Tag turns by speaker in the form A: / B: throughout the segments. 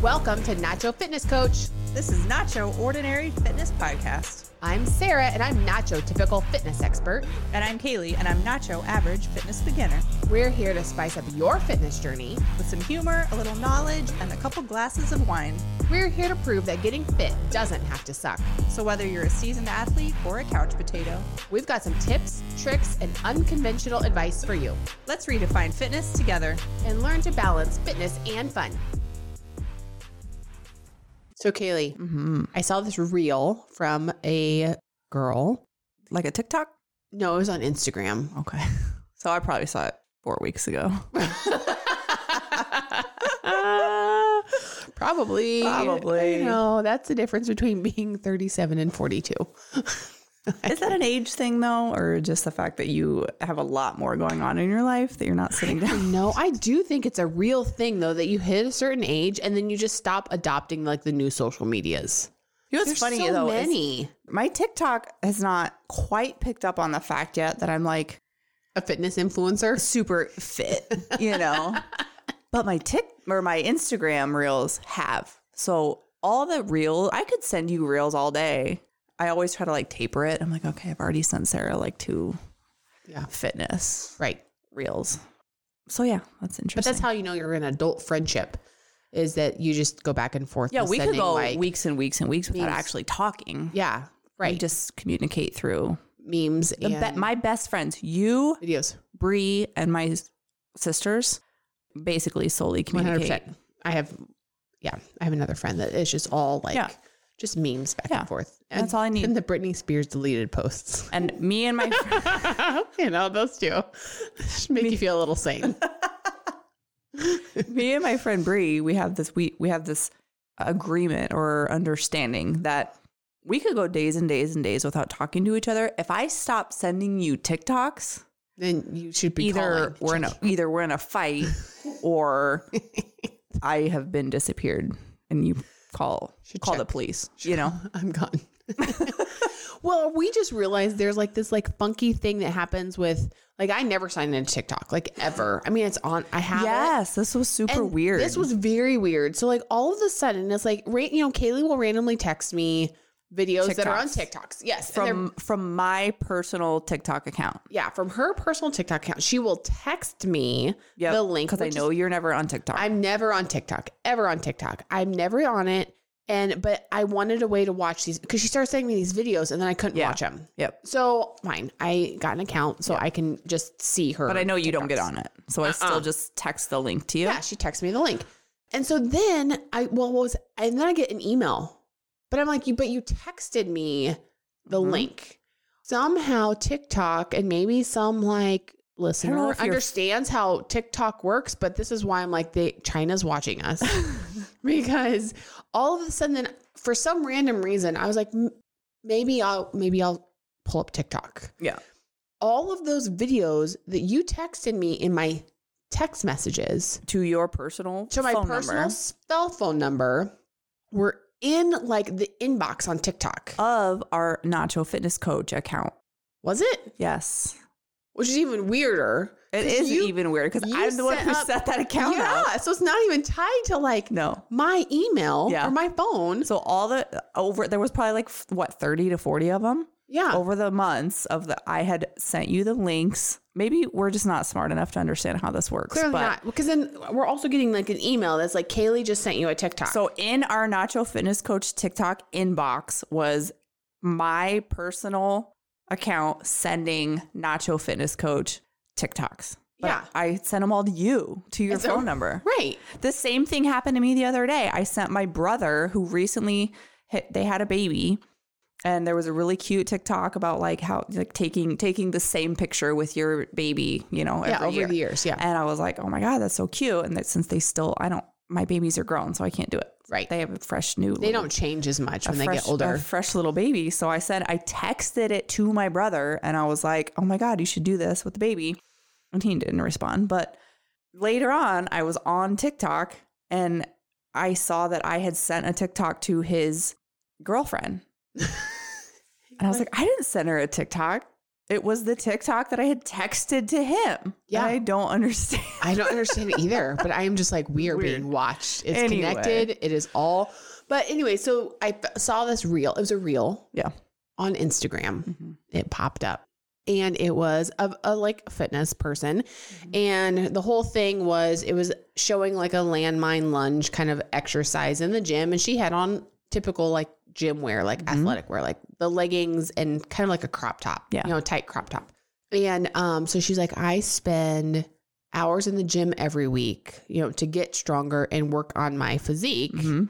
A: Welcome to Nacho Fitness Coach.
B: This is Nacho Ordinary Fitness Podcast.
A: I'm Sarah, and I'm Nacho Typical Fitness Expert.
B: And I'm Kaylee, and I'm Nacho Average Fitness Beginner.
A: We're here to spice up your fitness journey.
B: With some humor, a little knowledge, and a couple glasses of wine.
A: We're here to prove that getting fit doesn't have to suck.
B: So, whether you're a seasoned athlete or a couch potato,
A: We've got some tips, tricks, and unconventional advice for you,
B: let's redefine fitness together.
A: and learn to balance fitness and fun. So, Kaylee,
B: Mm-hmm.
A: I saw this reel from a girl.
B: Like a TikTok?
A: No, it was on Instagram.
B: Okay. So, I probably saw it four weeks ago.
A: Probably.
B: Probably.
A: You know, that's the difference between being 37 and 42.
B: Is that an age thing, though, or just the fact that you have a lot more going on in your life that you're not sitting down?
A: No, I do think it's a real thing though that you hit a certain age and then you just stop adopting like the new social medias.
B: You know,
A: There's so
B: is
A: many.
B: my TikTok has not quite picked up on the fact yet that I'm like
A: A fitness influencer.
B: super fit, you know. but my tick or my Instagram reels have. So all the reels, I could send you reels all day. I always try to like taper it. I'm like, okay, I've already sent Sarah like two
A: Yeah.
B: fitness
A: Right.
B: reels. So yeah, that's
A: But
B: interesting.
A: that's how you know you're in an adult friendship is that you just go back and forth.
B: yeah,
A: with
B: we could
A: sending,
B: go
A: like-
B: weeks and weeks and weeks without
A: memes.
B: actually talking.
A: Yeah.
B: We
A: Right. Just
B: just communicate through
A: memes
B: the
A: and
B: be- my best friends, you,
A: videos.
B: Bree, and my s- sisters, basically solely communicate.
A: 100%. I have, yeah, I have another friend that is just all like,
B: Yeah.
A: just memes back
B: Yeah.
A: and forth. And
B: That's all I need.
A: And the Britney Spears deleted posts.
B: And me and my friend,
A: you know, those two Just make you feel a little sane.
B: me and my friend Bree, we have this we we have this agreement or understanding that we could go days and days and days without talking to each other. If I stop sending you TikToks,
A: then you should be
B: either
A: calling.
B: we're in a, either we're in a fight or I have been disappeared and you call
A: Should
B: call
A: check.
B: the police, you know.
A: I'm gone. well, we just realized there's like this like funky thing that happens with like I never signed into TikTok like ever. I mean, it's on. I have it.
B: Yes, this was super
A: And
B: weird.
A: This was very weird. So like all of a sudden, it's like ra- you know, Kaylee will randomly text me videos that are on
B: TikToks.
A: TikToks. Yes, and they're-
B: from from my personal TikTok account.
A: yeah, from her personal TikTok account, she will text me
B: Yep,
A: the link
B: because I
A: which is-
B: know you're never on TikTok.
A: I'm never on TikTok, ever on TikTok. I'm never on it. And but I wanted a way to watch these because she started sending me these videos and then I couldn't
B: Yeah.
A: watch them.
B: yep.
A: So fine, I got an account so I can just see her.
B: But I know you don't get
A: TikToks.
B: on it. So I still just text the link to you.
A: Uh-uh. Yeah, she texted me the link. And so then I well what was and then I get an email. But I'm like, you but you texted me the
B: Mhm.
A: link. Somehow TikTok and maybe some like listener
B: if you're-
A: understands how TikTok works, but this is why I'm like they China's watching us. because all of a sudden then for some random reason I was like "M- maybe I'll maybe I'll pull up TikTok.
B: Yeah.
A: All of those videos that you texted me in my text messages
B: To your personal
A: to my
B: phone
A: personal
B: number
A: cell phone number were in like the inbox on TikTok.
B: of our Nacho Fitness Coach account.
A: was it?
B: Yes.
A: Which is even weirder.
B: It
A: 'cause
B: is
A: you-
B: even weird because
A: you
B: I'm the one
A: set
B: who
A: up-
B: set that account
A: yeah,
B: up.
A: so it's not even tied to like
B: No.
A: my email
B: Yeah.
A: or my phone.
B: So all the over there was probably like f- what 30 to 40 of them
A: Yeah.
B: over the months of the I had sent you the links. Maybe we're just not smart enough to understand how this works.
A: Clearly
B: but
A: not. Because then we're also getting like an email that's like, Kaylee just sent you a TikTok.
B: So in our Nacho Fitness Coach TikTok inbox was my personal account sending Nacho Fitness Coach TikToks. But
A: Yeah.
B: I sent them all to you, to your
A: And so-
B: phone number.
A: right.
B: The same thing happened to me the other day. I sent my brother who recently hit, they had a baby and there was a really cute TikTok about like how like taking taking the same picture with your baby, you know, every
A: yeah. Over
B: year.
A: the years. Yeah.
B: And I was like, oh my God, that's so cute. And that since they still, I don't, my babies are grown, so I can't do it.
A: Right.
B: They have a fresh new.
A: They don't change as much when they
B: fresh,
A: get older.
B: A fresh little baby. So I said, I texted it to my brother and I was like, oh my God, you should do this with the baby. And he didn't respond. But later on, I was on TikTok and I saw that I had sent a TikTok to his girlfriend. and I was like, I didn't send her a TikTok. It was the TikTok that I had texted to him.
A: Yeah.
B: I don't understand.
A: I don't understand it either, but I am just like, we are being watched. It's
B: Anyway.
A: connected. It is all. But anyway, so I f- saw this reel. It was a reel.
B: Yeah. Mm-hmm.
A: On Instagram, it popped up. And it was of a like fitness person.
B: Mm-hmm.
A: And the whole thing was it was showing like a landmine lunge kind of exercise in the gym. And she had on typical like gym wear, like
B: Mhm.
A: athletic wear, like the leggings and kind of like a crop top.
B: Yeah.
A: You know, tight crop top. And um, so she's like, I spend hours in the gym every week, you know, to get stronger and work on my physique,
B: Mhm.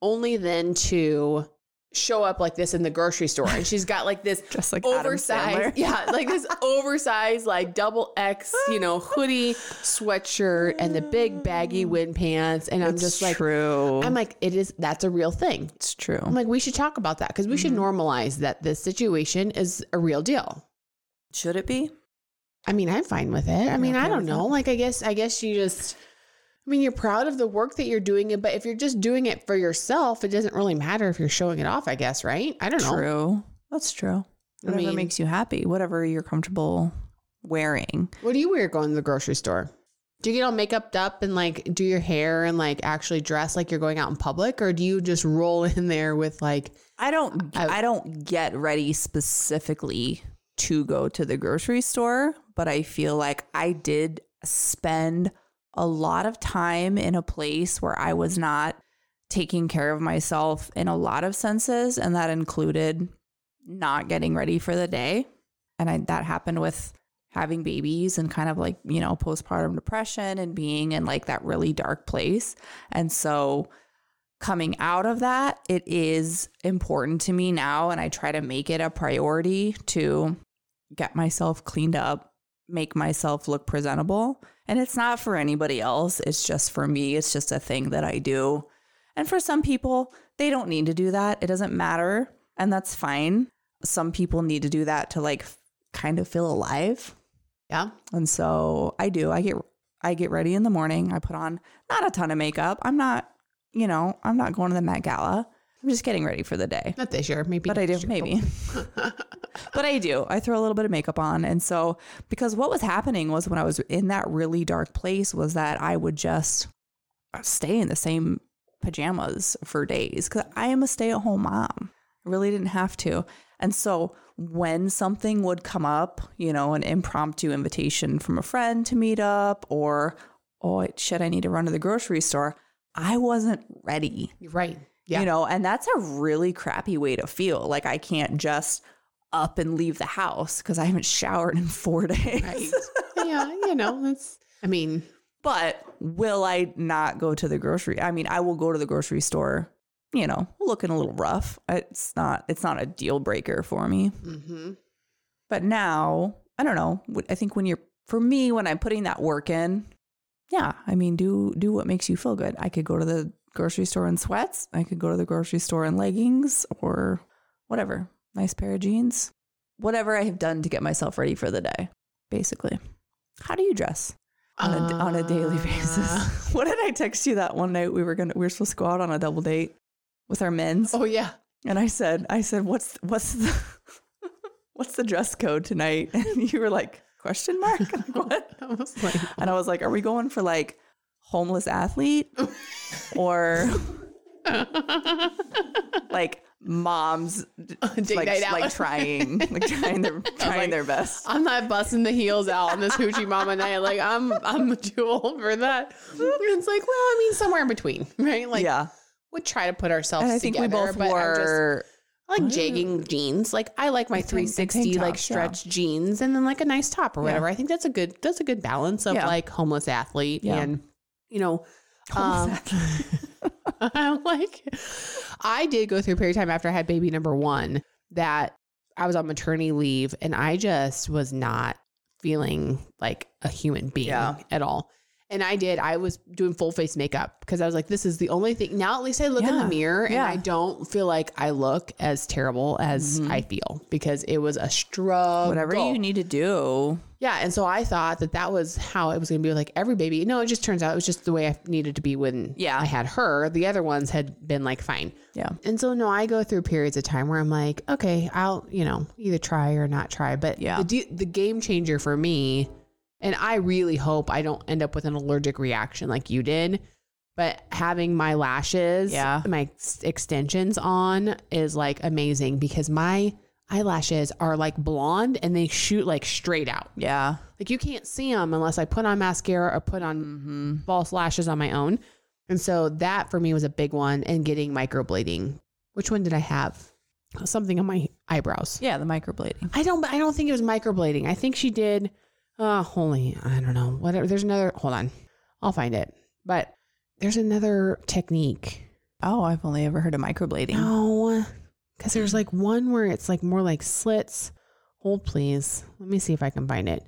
A: only then to show up like this in the grocery store. And she's got like this
B: Just like
A: oversized,
B: Adam Sandler.
A: yeah, like this oversized, like double X, you know, hoodie, sweatshirt, and the big baggy wind pants. And I'm
B: Ah. It's
A: just like,
B: true.
A: I'm like, it is, that's a real thing.
B: it's true.
A: I'm like, we should talk about that because we should
B: Mhm.
A: normalize that this situation is a real deal.
B: Should it be?
A: I mean, I'm fine with it. I mean,
B: okay
A: I don't
B: with
A: know.
B: that?
A: Like, I guess, I guess you just, I mean, you're proud of the work that you're doing, but if you're just doing it for yourself, it doesn't really matter if you're showing it off, I guess, right? I don't know.
B: True. That's true. Whatever
A: mean-
B: makes you happy, whatever you're comfortable wearing.
A: What do you wear going to the grocery store? Do you get all makeup up and like do your hair and like actually dress like you're going out in public, or do you just roll in there with like,
B: I don't
A: I-
B: I, don't get ready specifically to go to the grocery store, but I feel like I did spend a lot of time in a place where I was not taking care of myself in a lot of senses and that included not getting ready for the day. And I that happened with having babies and kind of like, you know, postpartum depression and being in like that really dark place. And so coming out of that, it is important to me now. And I try to make it a priority to get myself cleaned up, make myself look presentable. And it's not for anybody else, it's just for me. It's just a thing that I do. And for some people, they don't need to do that. It doesn't matter. And that's fine. Some people need to do that to like f- kind of feel alive.
A: yeah,
B: And so I do. I get I get ready in the morning. I put on not a ton of makeup. I'm not, you know, I'm not going to the Met Gala. I'm just getting ready for the day.
A: not this year, maybe.
B: But I do
A: next year.
B: maybe. but I do. I throw a little bit of makeup on. And so because what was happening was when I was in that really dark place was that I would just stay in the same pajamas for days cuz I am a stay-at-home mom. I really didn't have to. And so when something would come up, you know, an impromptu invitation from a friend to meet up or oh shit, I need to run to the grocery store, I wasn't ready
A: You're right. Yeah.
B: you know and that's a really crappy way to feel like i can't just up and leave the house because i haven't showered in four days
A: right. yeah, you know, that's, I mean,
B: but will i not go to the grocery i mean i will go to the grocery store you know looking a little rough it's not it's not a deal breaker for me
A: mhm.
B: but now i don't know Wh- i think when you're for me when i'm putting that work in yeah i mean do do what makes you feel good i could go to the grocery store in sweats i could go to the grocery store in leggings or whatever nice pair of jeans whatever i have done to get myself ready for the day basically how do you dress on a, on a daily
A: Uh,
B: basis what did i text you that one night we were gonna we were supposed to go out on a double date with our men's
A: Oh, yeah.
B: and I said, I said, what's what's the what's the dress code tonight? And you were like, question mark? Like, what?
A: I was like,
B: And I was like, are we going for like homeless athlete or like moms
A: Dig
B: like
A: night out.
B: like trying like trying their trying their best?
A: I'm not busting the heels out on this hoochie mama night. Like I'm, I'm too old for that. And it's like, well, I mean, somewhere in between, right? Like,
B: yeah.
A: we try to put ourselves
B: And I think
A: together,
B: we both Mm.
A: but I'm just
B: wore
A: I like jegging jeans. Like I like my
B: tank- and tank
A: 360 like
B: tops, yeah.
A: stretch jeans and then like a nice top or whatever. I think that's a good that's a good balance of
B: Yeah.
A: like homeless athlete
B: Yeah.
A: and you know
B: Homeless
A: um, I'm like I did go through a period of time after I had baby number 1 that I was on maternity leave and I just was not feeling like a human being
B: Yeah.
A: at all. And I did. I was doing full face makeup because I was like, this is the only thing. Now at least I look in
B: Yeah.
A: the mirror and
B: Yeah.
A: I don't feel like I look as terrible as
B: Mhm.
A: I feel because it was a struggle.
B: Whatever you need to do.
A: Yeah. And so I thought that that was how it was going to be with like every baby. No, it just turns out it was just the way I needed to be when
B: Yeah.
A: I had her. The other ones had been like fine.
B: Yeah.
A: And so no, I go through periods of time where I'm like, okay, I'll you know either try or not try. But
B: Yeah.
A: the, de- the game changer for me, and I really hope I don't end up with an allergic reaction like you did. But having my lashes,
B: Yeah.
A: my s- extensions on is like amazing because my eyelashes are like blonde and they shoot like straight out.
B: Yeah.
A: Like you can't see them unless I put on mascara or put on
B: Mm-hmm.
A: false lashes on my own. And so that for me was a big one and getting microblading. Which one did I have? Something on my eyebrows.
B: Yeah. The microblading.
A: I don't I don't think it was microblading. I think she did uh holy, I don't know. Whatever there's another hold on. I'll find it. But there's another technique.
B: Oh, I've only ever heard of microblading.
A: No. Cuz there's like one where it's like more like slits. Hold please. Let me see if I can find it.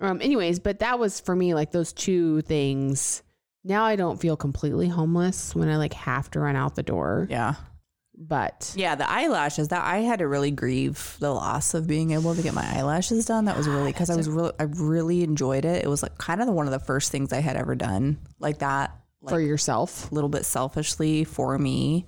A: Um anyways, but that was for me like those two things. Now I don't feel completely homeless when I like have to run out the door.
B: Yeah.
A: But
B: Yeah. The eyelashes that I had to really grieve the loss of being able to get my eyelashes done. That was really because I was really, I really enjoyed it. It was like kind of the- one of the first things I had ever done like that. Like,
A: for yourself.
B: a little bit selfishly for me.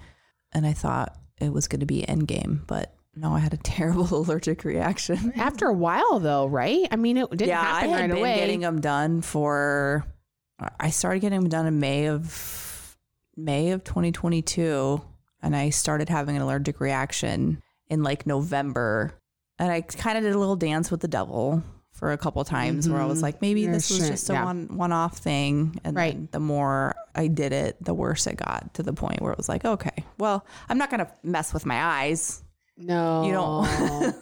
B: And I thought it was going to be endgame, but no, I had a terrible allergic reaction.
A: After a while though, right? I mean it didn't
B: I
A: happen
B: had
A: right
B: been
A: away.
B: getting them done for. I started getting them done in May of May of 2022, and I started having an allergic reaction in like November. And I kind of did a little dance with the devil for a couple times, where I was
A: Mhm.
B: like, maybe
A: Yeah,
B: this was
A: sure.
B: just a
A: Yeah.
B: one one off thing. And
A: Right.
B: then the more I did it, the worse it got to the point where it was like, okay, well, I'm not gonna mess with my eyes.
A: no.
B: You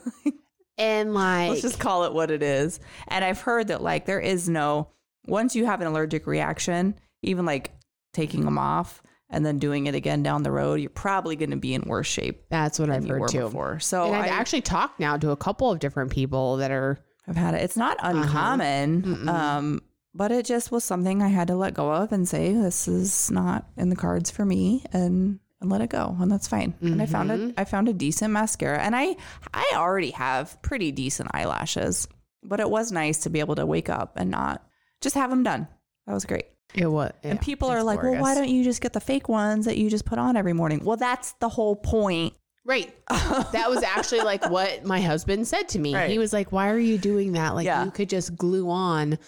B: don't.
A: and like
B: Let's just call it what it is. And I've heard that like there is no once you have an allergic reaction, even like taking them off and then doing it again down the road, you're probably going to be in worse shape
A: that's what I've
B: than you
A: heard
B: were
A: too.
B: before. So
A: And
B: I,
A: I've actually talked now to a couple of different people that are
B: have had it. It's not uncommon,
A: Uh-huh. Mm-mm.
B: um, but it just was something I had to let go of and say this is not in the cards for me and. And let it go, and that's fine. And I found a,
A: Mhm.
B: I found a decent mascara, and I I already have pretty decent eyelashes, but it was nice to be able to wake up and not just have them done. That was great.
A: it was
B: and people are like, well, why don't you just get the fake ones that you just put on every morning? Well, that's the whole point.
A: Right. That was actually like what my husband said to me.
B: Right.
A: He was like, "Why are you doing that? Like
B: Yeah.
A: you could just glue on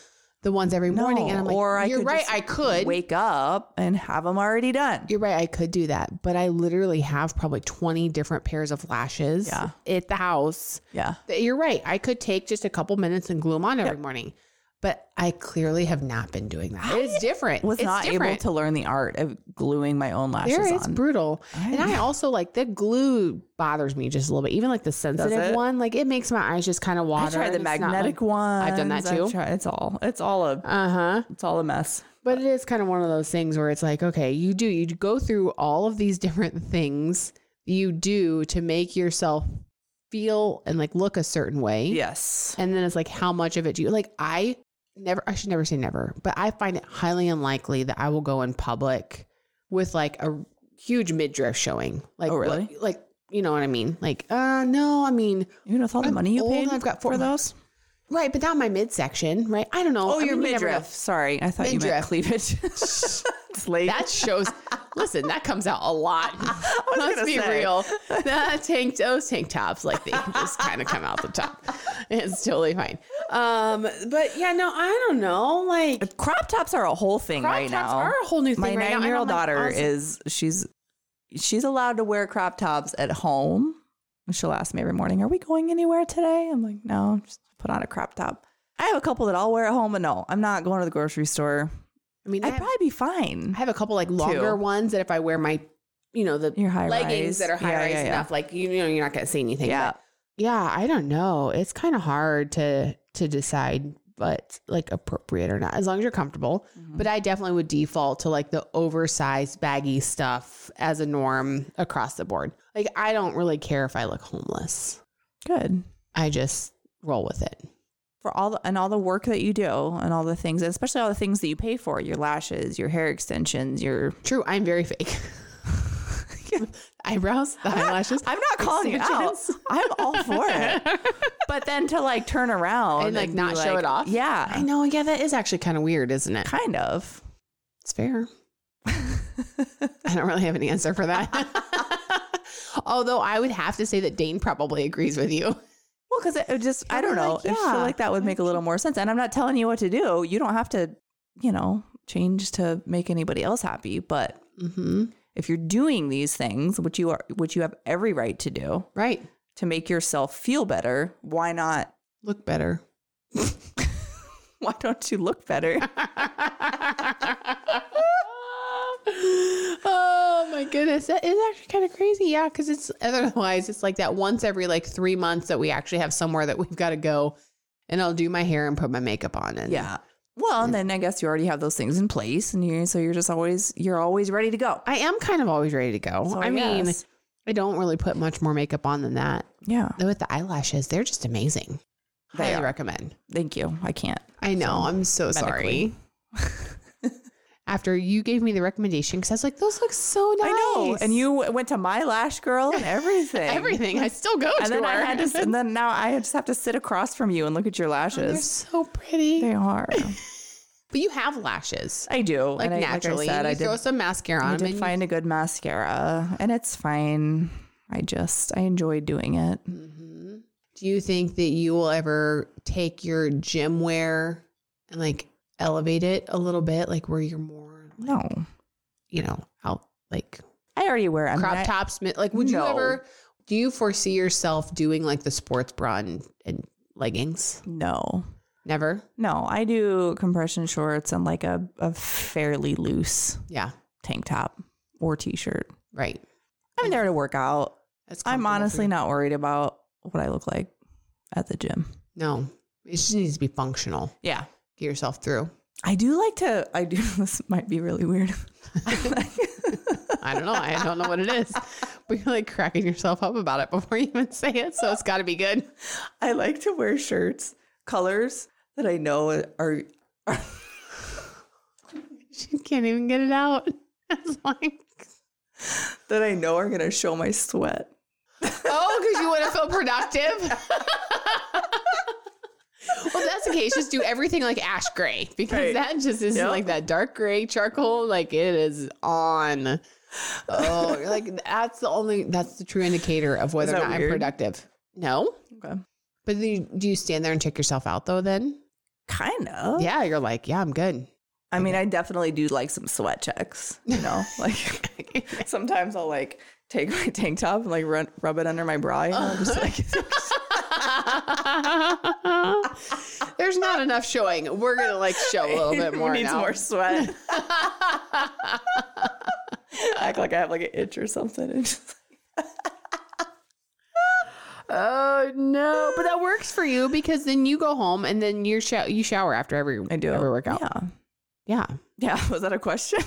A: the ones every morning."
B: No,
A: and I'm like,
B: or I
A: "You're
B: could
A: right.
B: just
A: I could.
B: wake up and have them already done.
A: You're right. I could do that, but I literally have probably 20 different pairs of lashes
B: Yeah.
A: at the house.
B: Yeah.
A: That- You're right. I could take just a couple minutes and glue them on every morning, but I clearly have not been doing that. It's different.
B: was
A: It's
B: not able
A: different.
B: to learn the art of gluing my own lashes
A: There, it's
B: on.
A: brutal.
B: I-
A: and I also like the glue bothers me just a little bit. Even like the sensitive
B: it?
A: one, like it makes my eyes just kind of water.
B: I tried the magnetic
A: one.
B: one.
A: I've done that too.
B: it's all it's all a
A: Uh huh.
B: it's all a mess.
A: But it is kind of one of those things where it's like, okay, you do you go through all of these different things you do to make yourself feel and like look a certain way.
B: Yes.
A: And then it's like, how much of it do you like? I never, I should never say never, but I find it highly unlikely that I will go in public with like a huge midriff showing. Like,
B: Oh,
A: what-
B: really?
A: like, you know what I mean? Like, uh, no, I mean,
B: Even with all the
A: I'm
B: money you
A: old
B: paid,
A: and I've got four
B: for those.
A: right, but not my midsection, right? I don't know.
B: Oh,
A: I
B: your
A: mean, you never know.
B: midriff. Sorry, I thought you meant
A: Midriff.
B: cleavage. it's late.
A: That shows. listen, that comes out a lot. Let's
B: gonna
A: be
B: say.
A: real. That tank, those tank tops, like they just kind of come out the top. It's totally fine. Um, but yeah, no, I don't know. Like
B: crop tops are a whole thing
A: crop
B: right
A: tops
B: now.
A: are a whole new thing.
B: My
A: right now, and I'm
B: nine-year-old
A: like,
B: daughter
A: awesome.
B: is she's she's allowed to wear crop tops at home. And She'll ask me every morning, "Are we going anywhere today?" I'm like, "No, just put on a crop top." I have a couple that I'll wear at home, but no, I'm not going to the grocery store.
A: I mean, I
B: I'd
A: have,
B: probably be fine.
A: I have a couple like longer ones that if I wear my, you know, the
B: Your high
A: leggings
B: rise.
A: that are high
B: Yeah,
A: rise
B: yeah, yeah.
A: enough, like you, know, you're not gonna see anything.
B: Yeah,
A: but- yeah i don't know it's kind of hard to to decide what's like appropriate or not as long as you're comfortable but i definitely would default to like the oversized baggy stuff as a norm across the board like i don't really care if i look homeless
B: good.
A: i just roll with it
B: for all the, and all the work that you do and all the things, and especially all the things that you pay for, your lashes, your hair extensions, your
A: True, I'm very fake. Eyebrows, the eyelashes.
B: I'm not calling you out.
A: extensions.
B: I'm all for it. But then to like turn around
A: And, like,
B: be
A: not show it off?
B: Yeah.
A: I know. Yeah, that is actually kind of weird, isn't it?
B: Kind of.
A: It's fair. I don't really have an answer for that. Although I would have to say that Dane probably agrees with you.
B: Well, because it, it just, I
A: Kinda
B: don't know.
A: like,
B: I
A: yeah.
B: feel like that would make a little more sense. And I'm not telling you what to do. You don't have to, you know, change to make anybody else happy. But
A: Mm-hmm.
B: if you're doing these things, which you are, which you have every right to do
A: Right.
B: to make yourself feel better, why not?
A: Look better.
B: Why don't you look better?
A: oh my goodness. That is actually kind of crazy. Yeah. Cause it's otherwise, it's like that once every like three months that we actually have somewhere that we've got to go and I'll do my hair and put my makeup on. And
B: yeah. Well, and then I guess you already have those things in place, and you so you're just always you're always ready to go.
A: I am kind of always ready to go.
B: So,
A: I mean,
B: yes.
A: I don't really put much more makeup on than that.
B: yeah,
A: Though with the eyelashes, they're just amazing.
B: They
A: Highly
B: are.
A: recommend.
B: thank you. I can't.
A: I know. I'm so
B: medically.
A: sorry. After you gave me the recommendation, because I was like, those look so nice.
B: I know. And you went to my lash girl and everything.
A: everything. I still go
B: And
A: to
B: then
A: her.
B: I had to, and then now I just have to sit across from you and look at your
A: Oh, They're
B: lashes.
A: so pretty.
B: They are.
A: But you have lashes.
B: I do.
A: Like
B: and I,
A: naturally.
B: like I said,
A: you
B: I did,
A: throw some mascara
B: I
A: on
B: did
A: them and you-
B: find a good mascara, and it's fine. I just I enjoy doing it.
A: Mhm. Do you think that you will ever take your gym wear and like elevate it a little bit, like where you're more,
B: No,
A: you know, out like
B: I already wear. I mean,
A: crop
B: I-
A: tops? mi- Like, would you
B: No.
A: ever? Do you foresee yourself doing like the sports bra and, and leggings?
B: No,
A: Never.
B: no, I do compression shorts and like a a fairly loose
A: Yeah.
B: tank top or t-shirt.
A: Right.
B: I'm there to work out.
A: That's comfortable
B: I'm
A: for
B: honestly
A: you.
B: not worried about what I look like at the gym.
A: No. It just needs to be functional.
B: Yeah.
A: Get yourself through.
B: I do like to. I do. This might be really weird.
A: I don't know. I don't know what it is. But you're like cracking yourself up about it before you even say it. So it's got to be good.
B: I like to wear shirts, colors that I know are.
A: She can't even get it out. It's like,
B: That I know are gonna show my sweat.
A: oh, because you want to feel productive? well, if that's the case. Just do everything like ash gray because
B: Right.
A: that just is
B: Yep.
A: like that dark gray charcoal. Like it is on. Oh, you're like that's the only, that's the true indicator of whether or
B: that
A: not
B: weird?
A: I'm productive. No.
B: Okay.
A: But do you, do you stand there and check yourself out though then?
B: Kind of.
A: Yeah, you're like, yeah, I'm good.
B: I mean, I definitely do like some sweat checks. You know, like sometimes I'll like take my tank top and like run, rub it under my bra. You know, just like
A: There's not enough showing. We're gonna like show a little bit
B: Who
A: more
B: needs
A: now.
B: more sweat. Act like I have like an itch or something. And just,
A: oh no! But that works for you because then you go home and then you shower. You shower after every
B: I do
A: every workout.
B: Yeah.
A: Yeah,
B: Yeah. Was that a question?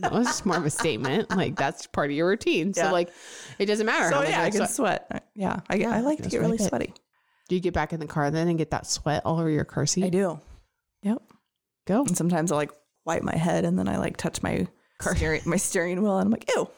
A: that was just more of a statement. Like that's part of your routine. So
B: Yeah.
A: like, it doesn't matter.
B: so
A: how much
B: yeah, I
A: like
B: can
A: sweat-
B: sweat. Yeah, I, I like to
A: just
B: get really
A: wipe it.
B: sweaty.
A: Do you get back in the car then and get that sweat all over your car seat?
B: do. Yep.
A: Go.
B: And sometimes I like wipe my head and then I like touch my car,
A: Steer it.
B: my steering wheel and I'm like, ew,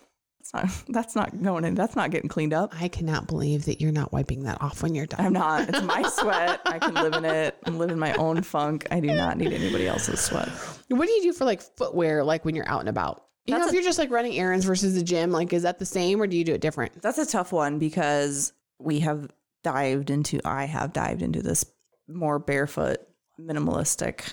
B: that's not that's not going in. That's not getting cleaned up.
A: I cannot believe that you're not wiping that off when you're done.
B: I'm not. It's my sweat. I can live in it. I'm living my own funk. I do not need anybody else's sweat.
A: What do you do for like footwear, like when you're out and about? You know,
B: That's
A: if
B: a-
A: you're just like running errands versus the gym, like is that the same or do you do it different?
B: That's a tough one because we have dived into I have dived into this more barefoot minimalistic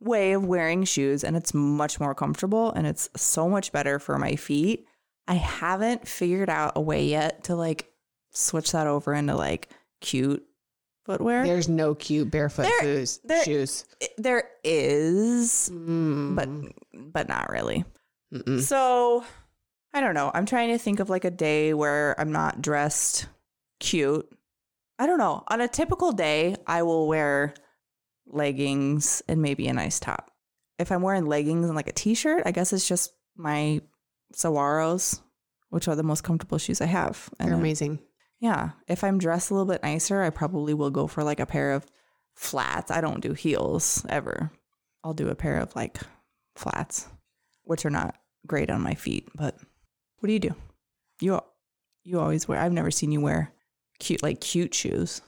B: way of wearing shoes and it's much more comfortable and it's so much better for my feet. I haven't figured out a way yet to like switch that over into like cute footwear. There,
A: There's no cute barefoot
B: There-
A: shoes.
B: there-
A: shoes.
B: there is,
A: Mm.
B: but but not really.
A: Mm-mm.
B: So I don't know. I'm trying to think of like a day where I'm not dressed cute. I don't know. On a typical day, I will wear leggings and maybe a nice top. If I'm wearing leggings and like a t shirt, I guess it's just my Sawaros, which are the most comfortable shoes I have.
A: they're
B: And uh,
A: amazing.
B: yeah. If I'm dressed a little bit nicer, I probably will go for like a pair of flats. I don't do heels ever. I'll do a pair of like flats, which are not great on my feet. But what do you do? You you always wear. I've never seen you wear cute like cute shoes.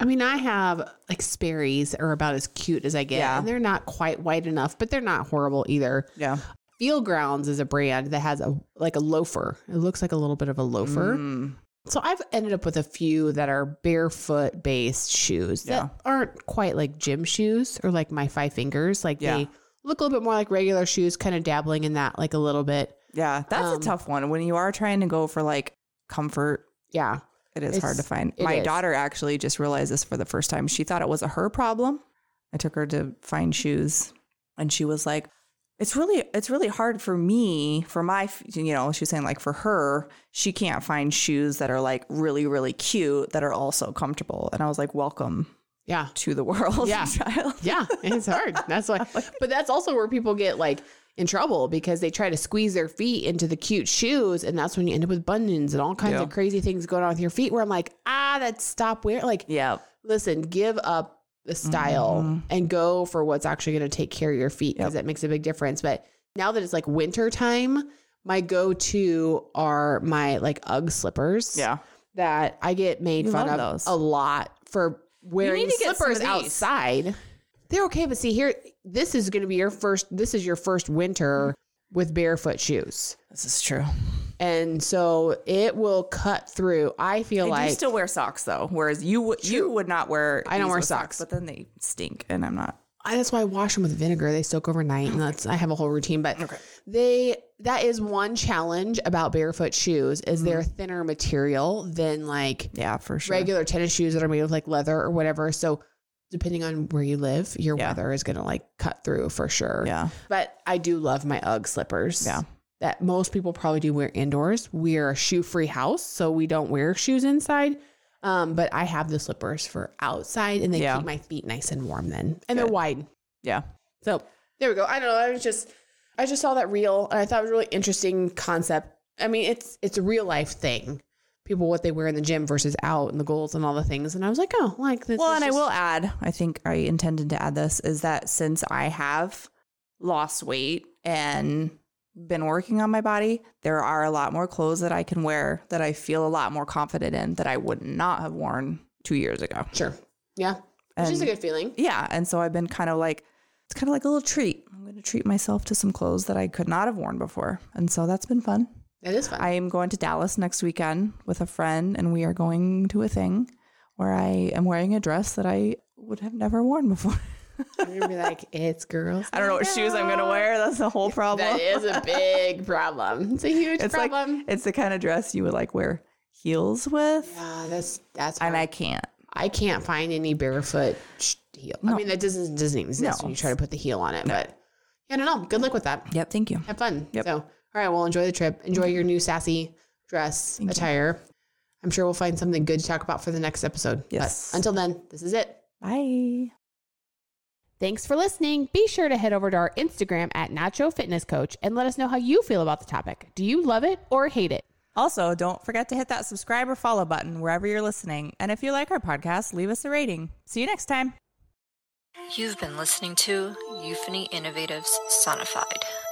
A: I mean, I have like Sperry's are about as cute as I get,
B: Yeah.
A: and they're not quite white enough, but they're not horrible either.
B: Yeah,
A: Feel Grounds is a brand that has a like a loafer. It looks like a little bit of a loafer.
B: Mm,
A: So I've ended up with a few that are barefoot based shoes
B: Yeah.
A: that aren't quite like gym shoes or like my five fingers. Like
B: Yeah.
A: they look a little bit more like regular shoes, kind of dabbling in that like a little bit.
B: yeah, that's
A: Um,
B: a tough one when you are trying to go for like comfort.
A: Yeah.
B: It is hard to
A: It's-
B: find.
A: it
B: My
A: is.
B: daughter actually just realized this for the first time. She thought it was a her problem. I took her to find shoes and she was like, it's really it's really hard for me for my f- you know she was saying like for her she can't find shoes that are like really really cute that are also comfortable and I was like welcome
A: Yeah.
B: to the world
A: Yeah.
B: child
A: Yeah. It's hard. That's why, but that's also where people get like in trouble because they try to squeeze their feet into the cute shoes. And that's when you end up with bunions and all kinds
B: Yeah.
A: of crazy things going on with your feet where I'm like, ah, that's stop wearing. Like,
B: yeah
A: listen, give up the style
B: Mhm.
A: and go for what's actually going to take care of your feet because that makes a big difference. But now that it's like winter time, my go-to are my like UGG slippers
B: yeah
A: that I get made
B: You
A: fun of
B: love those.
A: a lot for wearing
B: to get some
A: slippers
B: of these.
A: outside. They're okay, but see here, this is going to be your first. This is your first winter with barefoot shoes,
B: this is true
A: and so it will cut through. I feel
B: I
A: like
B: do still wear socks though whereas you would you would not wear
A: I don't
B: these
A: wear
B: with
A: socks.
B: but then they stink and I'm not
A: I, that's why I wash them with vinegar. They soak overnight, and that's I have a whole routine. But they that is one challenge about barefoot shoes is
B: Mm-hmm.
A: they're thinner material than like
B: yeah for sure
A: regular tennis shoes that are made of like leather or whatever. So depending on where you live, your
B: Yeah.
A: weather is gonna like cut through for sure.
B: yeah
A: But I do love my UGG slippers.
B: Yeah.
A: That most people probably do wear indoors. We're a shoe free house, so we don't wear shoes inside. Um, but I have the slippers for outside and they
B: Yeah.
A: keep my feet nice and warm then. And they're
B: Good.
A: wide.
B: yeah
A: So there we go. I don't know. I was just I just saw that reel and I thought it was a really interesting concept. I mean, it's it's a real life thing. People what they wear in the gym versus out and the goals and all the things. And I was like, oh, like this.
B: Well,
A: is
B: and
A: just-
B: I will add, I think I intended to add this is that since I have lost weight and been working on my body, there are a lot more clothes that I can wear that I feel a lot more confident in that I would not have worn two years ago.
A: Sure. Yeah. Which
B: And
A: is a good feeling.
B: yeah. And so I've been kind of like, it's kind of like a little treat. I'm going to treat myself to some clothes that I could not have worn before. And so that's been fun.
A: It is fun.
B: I am going to Dallas next weekend with a friend, and we are going to a thing where I am wearing a dress that I would have never worn before.
A: I'm gonna be like, it's girls.
B: I don't know what shoes I'm going to wear. That's the whole problem.
A: That is a big problem. It's a huge
B: it's
A: problem.
B: like it's the kind of dress you would like wear heels with,
A: yeah, that's that's
B: and
A: hard.
B: I can't.
A: I can't find any barefoot sh- heel. I mean, that doesn't doesn't exist
B: No.
A: when you try to put the heel on it. But yeah, I don't know. Good luck with that.
B: Yep. Thank you.
A: Have fun.
B: Yep.
A: So,
B: Mm-hmm.
A: all right. Well, enjoy the trip. Enjoy your new sassy dress attire. I'm sure we'll find something good to talk about for the next episode. But
B: Yes.
A: until then, this is it.
B: Bye.
A: Thanks for listening. Be sure to head over to our Instagram at Nacho Fitness Coach and let us know how you feel about the topic. Do you love it or hate it?
B: Also, don't forget to hit that subscribe or follow button wherever you're listening. And if you like our podcast, leave us a rating. See you next time.
C: You've been listening to Euphony Innovatives Sonified.